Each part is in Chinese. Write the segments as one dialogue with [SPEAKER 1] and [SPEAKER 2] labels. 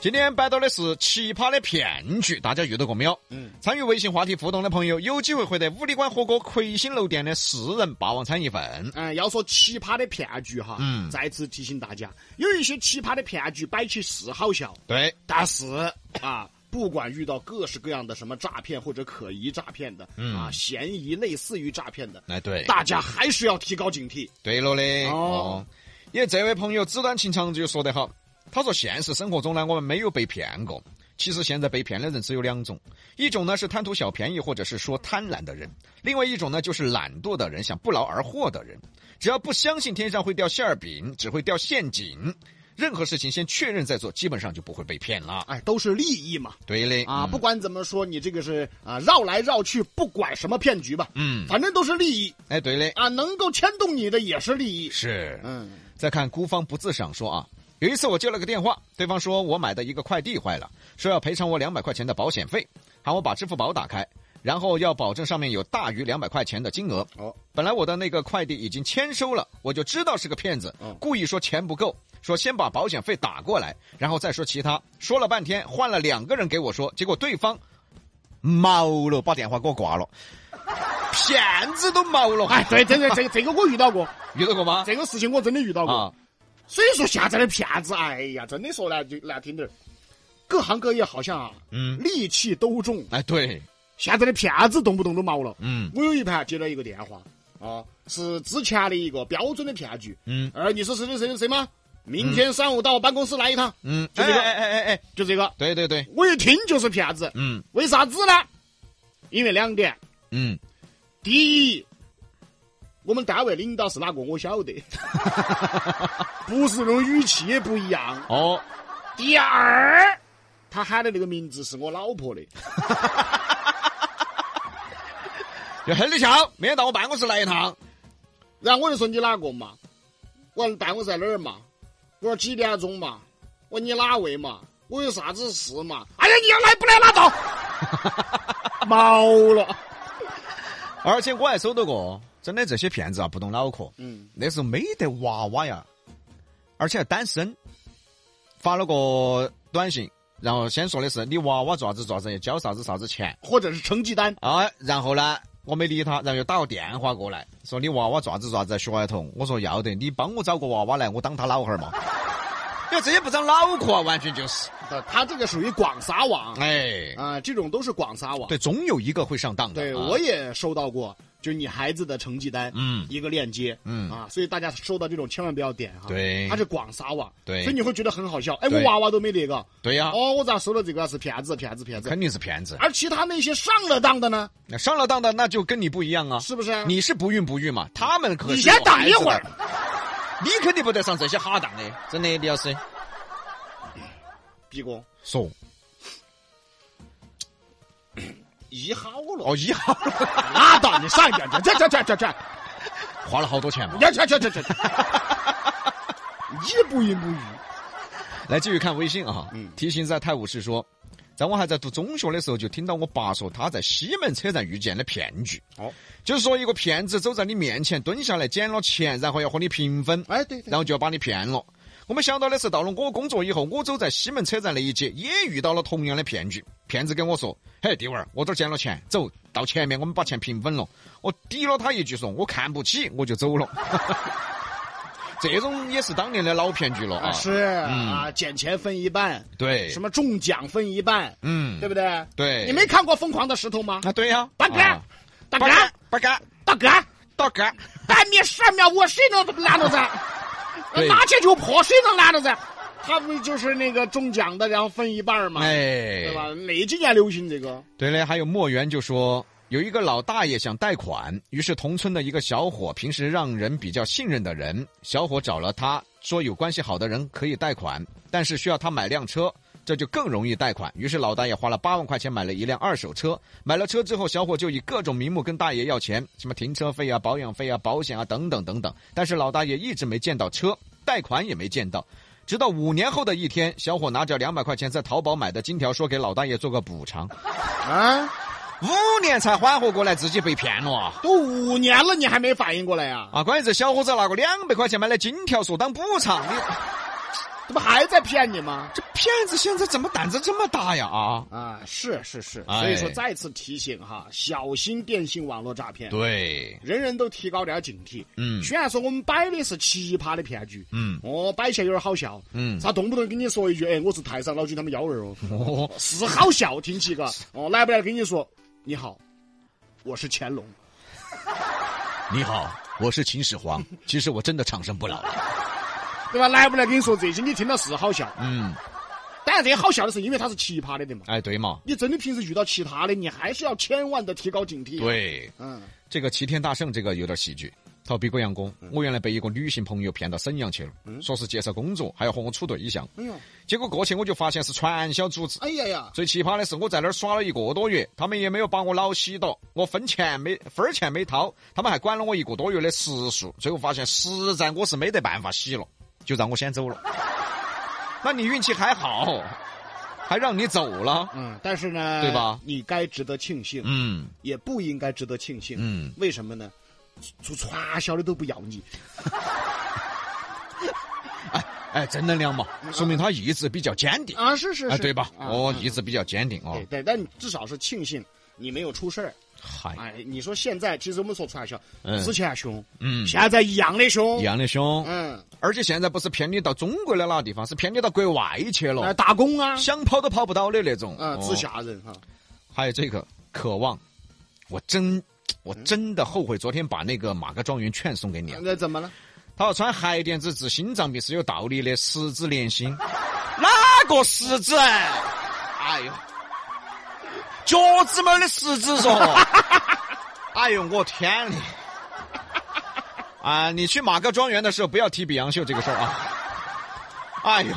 [SPEAKER 1] 今天摆到的是奇葩的骗局，大家遇到过没有？嗯，参与微信话题互动的朋友，有机会获得五里馆火锅魁星楼店的四人霸王餐一份。
[SPEAKER 2] 嗯，要说奇葩的骗局哈，嗯，再次提醒大家，有一些奇葩的骗局摆起是好笑，
[SPEAKER 1] 对，
[SPEAKER 2] 但是啊， 不管遇到各式各样的什么诈骗或者可疑诈骗的，啊，嫌疑类似于诈骗的，
[SPEAKER 1] 哎对，
[SPEAKER 2] 大家还是要提高警惕。
[SPEAKER 1] 对了嘞。
[SPEAKER 2] 哦
[SPEAKER 1] 哦，因为这位朋友纸短情长就说得好，他说现实生活中呢，我们没有被骗过。其实现在被骗的人只有两种，一种呢是贪图小便宜或者是说贪婪的人，另外一种呢就是懒惰的人，想不劳而获的人。只要不相信天上会掉馅儿饼，只会掉陷阱，任何事情先确认再做，基本上就不会被骗了。
[SPEAKER 2] 哎，都是利益嘛。
[SPEAKER 1] 对嘞，
[SPEAKER 2] 啊，
[SPEAKER 1] 嗯
[SPEAKER 2] 不管怎么说，你这个是啊绕来绕去，不管什么骗局吧，
[SPEAKER 1] 嗯
[SPEAKER 2] 反正都是利益
[SPEAKER 1] 哎，对嘞，
[SPEAKER 2] 啊，能够牵动你的也是利益。
[SPEAKER 1] 是，
[SPEAKER 2] 嗯，
[SPEAKER 1] 再看孤芳不自赏说啊，有一次我接了个电话，对方说我买的一个快递坏了，说要赔偿我两百块钱的保险费，喊我把支付宝打开，然后要保证上面有大于两百块钱的金额。
[SPEAKER 2] 哦，
[SPEAKER 1] 本来我的那个快递已经签收了，我就知道是个骗子
[SPEAKER 2] 嗯，
[SPEAKER 1] 故意说钱不够，说先把保险费打过来，然后再说其他。说了半天，换了两个人给我说，结果对方毛了，把电话给我 挂了，骗子都毛了，
[SPEAKER 2] 哎，对，这个这个这个我遇到过，
[SPEAKER 1] 遇到过吗？
[SPEAKER 2] 这个事情我真的遇到过。
[SPEAKER 1] 啊，
[SPEAKER 2] 所以说现在的骗子，哎呀，真的说难就难听点儿，各行各业好像啊，
[SPEAKER 1] 嗯
[SPEAKER 2] 戾气都重。
[SPEAKER 1] 哎，对，
[SPEAKER 2] 现在的骗子动不动都毛了。
[SPEAKER 1] 嗯
[SPEAKER 2] 我有一盘接了一个电话啊，是之前的一个标准的骗局。
[SPEAKER 1] 嗯。
[SPEAKER 2] 哎，你是谁谁谁谁吗？明天上午到我办公室来一趟，
[SPEAKER 1] 嗯，
[SPEAKER 2] 就
[SPEAKER 1] 哎
[SPEAKER 2] 这个
[SPEAKER 1] 哎哎哎哎，
[SPEAKER 2] 就这个。
[SPEAKER 1] 对对对，
[SPEAKER 2] 我一听就是骗子，
[SPEAKER 1] 嗯
[SPEAKER 2] 为啥子呢？因为两点，
[SPEAKER 1] 嗯，
[SPEAKER 2] 第一，我们单位领导是哪个我晓得， 不是那种语气不一样。
[SPEAKER 1] 哦，
[SPEAKER 2] 第二，他喊的那个名字是我老婆的，
[SPEAKER 1] 就很的巧，明天到我办公室来一趟。
[SPEAKER 2] 然后我就说你哪个嘛？我说办公室在哪儿嘛？我说几点钟嘛？我说你哪位嘛？我有啥子事嘛？哎呀，你要来不来拉倒， 毛了。
[SPEAKER 1] 而且我还收到过，真的这些骗子啊，不懂脑壳，
[SPEAKER 2] 嗯，
[SPEAKER 1] 那时候没得娃娃呀，而且还单身，发了个短信，然后先说的是你娃娃爪子爪子，要交啥子啥子钱
[SPEAKER 2] 或者是成绩单，
[SPEAKER 1] 啊，然后呢？我没理他，然后又打个电话过来，说你娃娃爪子爪子在学儿童。我说要得，你帮我找个娃娃来，我当他老汉儿嘛。 因为这也不长脑壳啊，完全就是，
[SPEAKER 2] 他这个属于广撒网啊、
[SPEAKER 1] 哎，
[SPEAKER 2] 这种都是广撒网。
[SPEAKER 1] 对，总有一个会上当的。
[SPEAKER 2] 对，
[SPEAKER 1] 啊
[SPEAKER 2] 我也收到过，就是你孩子的成绩单，
[SPEAKER 1] 嗯
[SPEAKER 2] 一个链接，
[SPEAKER 1] 嗯
[SPEAKER 2] 啊，所以大家收到这种千万不要点哈，
[SPEAKER 1] 对
[SPEAKER 2] 它是广撒网，
[SPEAKER 1] 对
[SPEAKER 2] 所以你会觉得很好笑，哎，我
[SPEAKER 1] 对
[SPEAKER 2] 娃娃都没那个，
[SPEAKER 1] 对呀、
[SPEAKER 2] 哦，我咋收到这个是骗子，骗子，骗子，
[SPEAKER 1] 肯定是骗子。
[SPEAKER 2] 而其他那些上了当的呢，
[SPEAKER 1] 那上了当的那就跟你不一样啊，
[SPEAKER 2] 是不是啊？
[SPEAKER 1] 你是不孕不育嘛，他们可是
[SPEAKER 2] 你先
[SPEAKER 1] 有
[SPEAKER 2] 等一
[SPEAKER 1] 孩子
[SPEAKER 2] 会儿
[SPEAKER 1] 的，，你肯定不得上这些哈当的，真的，李老师。
[SPEAKER 2] 毕哥，
[SPEAKER 1] 说
[SPEAKER 2] 医好了，
[SPEAKER 1] 哦，一号
[SPEAKER 2] 拉倒，你上一点，这这这这这，
[SPEAKER 1] 花了好多钱嘛。
[SPEAKER 2] 这这这这这，你不孕不育，
[SPEAKER 1] 来继续看微信啊，
[SPEAKER 2] 嗯
[SPEAKER 1] 提醒在泰晤士说，在我还在读中学的时候，就听到我爸说他在西门车站遇见的骗局。
[SPEAKER 2] 哦，
[SPEAKER 1] 就是说一个骗子走在你面前，蹲下来捡了钱，然后要和你平分。
[SPEAKER 2] 哎，对，
[SPEAKER 1] 然后就要把你骗了。我没想到的是，到了我工作以后，我走在西门车站那一街，也遇到了同样的骗局。骗子跟我说：“嘿，弟娃儿，我这儿捡了钱，走到前面，我们把钱平分了。”我抵了他一句说：“我看不起，我就走了。” 这种也是当年的老骗局了
[SPEAKER 2] 啊
[SPEAKER 1] 啊！
[SPEAKER 2] 是啊，捡钱分一半，
[SPEAKER 1] 对，
[SPEAKER 2] 什么中奖分一半，
[SPEAKER 1] 嗯，
[SPEAKER 2] 对不对？
[SPEAKER 1] 对
[SPEAKER 2] 你没看过《疯狂的石头》吗？
[SPEAKER 1] 啊，对呀、
[SPEAKER 2] 大哥
[SPEAKER 1] 啊，
[SPEAKER 2] 哎大哥
[SPEAKER 1] 八，杆，八杆，
[SPEAKER 2] 大哥，
[SPEAKER 1] 大杆，
[SPEAKER 2] 半米十二秒，我谁能拦到噻？
[SPEAKER 1] 对
[SPEAKER 2] 拿起就跑，谁能拦到噻？他不就是那个中奖的，然后分一半嘛，
[SPEAKER 1] 哎，
[SPEAKER 2] 对吧？哪几年流行这个？
[SPEAKER 1] 对嘞，还有墨园就说，有一个老大爷想贷款，于是同村的一个小伙，平时让人比较信任的人，小伙找了他说有关系好的人可以贷款，但是需要他买辆车，这就更容易贷款。于是老大爷花了八万块钱买了一辆二手车，买了车之后，小伙就以各种名目跟大爷要钱，什么停车费啊、保养费啊、保险啊等等等等。但是老大爷一直没见到车，贷款也没见到。直到五年后的一天，小伙拿着两百块钱在淘宝买的金条，说给老大爷做个补偿。
[SPEAKER 2] 啊，
[SPEAKER 1] 五年才缓和过来，自己被骗了啊！
[SPEAKER 2] 都五年了，你还没反应过来呀、
[SPEAKER 1] 啊，关键这小伙子拿个两百块钱买的金条，说当补偿，你
[SPEAKER 2] 这不还在骗你吗？
[SPEAKER 1] 这骗子现在怎么胆子这么大呀？啊，
[SPEAKER 2] 啊，是是是，哎
[SPEAKER 1] 哎
[SPEAKER 2] 所以说再次提醒哈，小心电信网络诈骗，
[SPEAKER 1] 对，
[SPEAKER 2] 人人都提高点警惕。
[SPEAKER 1] 嗯
[SPEAKER 2] 虽然说我们摆的是奇葩的骗局，
[SPEAKER 1] 嗯
[SPEAKER 2] 哦，摆起来有点好笑，
[SPEAKER 1] 嗯
[SPEAKER 2] 他动不动跟你说一句，哎，我是太上老君他们幺 儿哦，
[SPEAKER 1] 哦，
[SPEAKER 2] 是好笑，听起嘎，哦，来不来跟你说，你好，我是乾隆，
[SPEAKER 1] 你好，我是秦始 皇，其实我真的长生不老。
[SPEAKER 2] 对吧？来不来跟你说这些，你听到是好笑，
[SPEAKER 1] 嗯，
[SPEAKER 2] 当然这些好笑的是因为它是奇葩的，对嘛？
[SPEAKER 1] 哎，对嘛，
[SPEAKER 2] 你真的平时遇到其他的，你还是要千万的提高警惕。，
[SPEAKER 1] 对，
[SPEAKER 2] 嗯，
[SPEAKER 1] 这个齐天大圣这个有点喜剧。逃避贵阳宫，我原来被一个女性朋友骗到沈阳去了，说是介绍工作，还要和我处对象。
[SPEAKER 2] 哎呦，
[SPEAKER 1] 结果过去我就发现是传销组织。
[SPEAKER 2] 哎呀呀，
[SPEAKER 1] 最奇葩的是，我在那儿耍了一个多月，他们也没有把我老洗到，我分钱没分儿钱没掏，他们还管了我一个多月的食宿。最后发现实在我是没得办法洗了，就让我先走了。那你运气还好，还让你走了。
[SPEAKER 2] 嗯，但是呢，
[SPEAKER 1] 对吧
[SPEAKER 2] 你该值得庆幸，
[SPEAKER 1] 嗯
[SPEAKER 2] 也不应该值得庆幸。
[SPEAKER 1] 嗯，
[SPEAKER 2] 为什么呢？做传销的都不要你，
[SPEAKER 1] 哎哎，正能量嘛，说明他意志比较坚定，
[SPEAKER 2] 啊，是是
[SPEAKER 1] 哎，对吧？
[SPEAKER 2] 啊
[SPEAKER 1] 哦，
[SPEAKER 2] 嗯
[SPEAKER 1] 意志比较坚定哦
[SPEAKER 2] 对。对，但你至少是庆幸你没有出事儿。
[SPEAKER 1] 嗨，
[SPEAKER 2] 哎，你说现在其实我们说传销
[SPEAKER 1] 嗯，
[SPEAKER 2] 之前凶，
[SPEAKER 1] 嗯，
[SPEAKER 2] 啊现在一样的凶，
[SPEAKER 1] 一样的凶，
[SPEAKER 2] 嗯，
[SPEAKER 1] 而且现在不是骗你到中国的哪个地方，是骗你到国外去
[SPEAKER 2] 呃，
[SPEAKER 1] 了，
[SPEAKER 2] 打工啊，
[SPEAKER 1] 想跑都跑不到的那种。
[SPEAKER 2] 嗯，
[SPEAKER 1] 哦
[SPEAKER 2] 自吓人哈。
[SPEAKER 1] 还有这个渴望，我真我真的后悔昨天把那个马格庄园券送给你了。
[SPEAKER 2] 那怎么了？
[SPEAKER 1] 他要穿海淀子治心脏病是有道理的，十指连心，哪个十指？哎呦，脚趾拇儿的食指说， 哎呦我天嘞！啊，你去马格庄园的时候不要提比洋秀这个事儿啊！哎呦，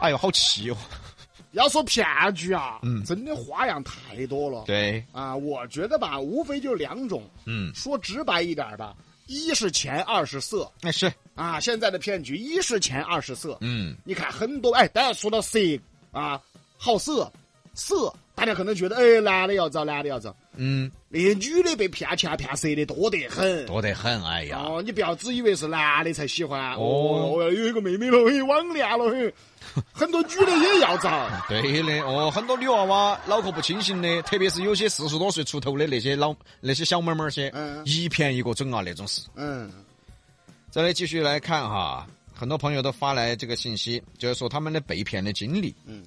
[SPEAKER 1] 哎呦，好气哦！
[SPEAKER 2] 要说骗局啊，真的花样太多
[SPEAKER 1] 嗯
[SPEAKER 2] 了。
[SPEAKER 1] 对，
[SPEAKER 2] 啊，我觉得吧，无非就两种，
[SPEAKER 1] 嗯，
[SPEAKER 2] 说直白一点吧，一是钱，二是色
[SPEAKER 1] 那哎是，
[SPEAKER 2] 啊。现在的骗局，一是钱，二是色。
[SPEAKER 1] 嗯。
[SPEAKER 2] 你看很多，哎，大家说到色啊，好色，色，大家可能觉得，哎，男的要找，男的要找，
[SPEAKER 1] 嗯，
[SPEAKER 2] 那些女的被骗钱骗色的多得很。
[SPEAKER 1] 多得很，哎呀，
[SPEAKER 2] 哦，你不要只以为是男的才喜欢，
[SPEAKER 1] 哦
[SPEAKER 2] 哦，我要有一个妹妹了，嘿，网恋了，嘿，很多女的也要找。
[SPEAKER 1] 对的，哦，很多女娃娃脑壳不清醒的，特别是有些四十多岁出头的那些老那些小妹妹儿些，
[SPEAKER 2] 嗯
[SPEAKER 1] 一骗一个准啊，那种事。
[SPEAKER 2] 嗯，
[SPEAKER 1] 再来继续来看哈，很多朋友都发来这个信息，就是说他们的被骗的经历。
[SPEAKER 2] 嗯，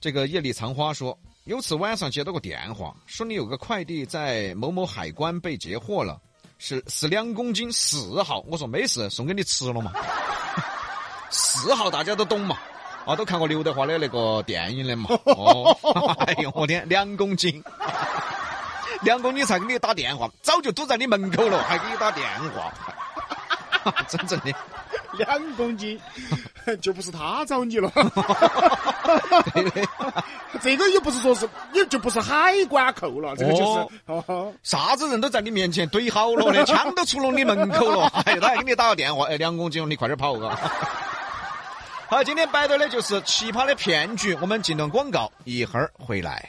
[SPEAKER 1] 这个夜里藏花说，有次晚上接到个电话，说你有个快递在某某海关被截获了，是是两公斤四号。我说没事，送给你吃了嘛。四号大家都懂嘛，啊，都看过刘德华的那个电影的嘛。哦，哎呦我天，两公斤。两公斤才给你打电话，早就堵在你门口了，还给你打电话， 真正的。
[SPEAKER 2] 两公斤， 就不是他找你了。 这个也不是说是，也就不是海关扣了，这个就是哦，
[SPEAKER 1] 啥子人都在你面前堆好了的，枪都出了你门口了，哎，他还给你打个电话，哎，两公斤哦，你快点跑啊！好，今天摆到的就是奇葩的骗局，我们进段广告，一会儿回来。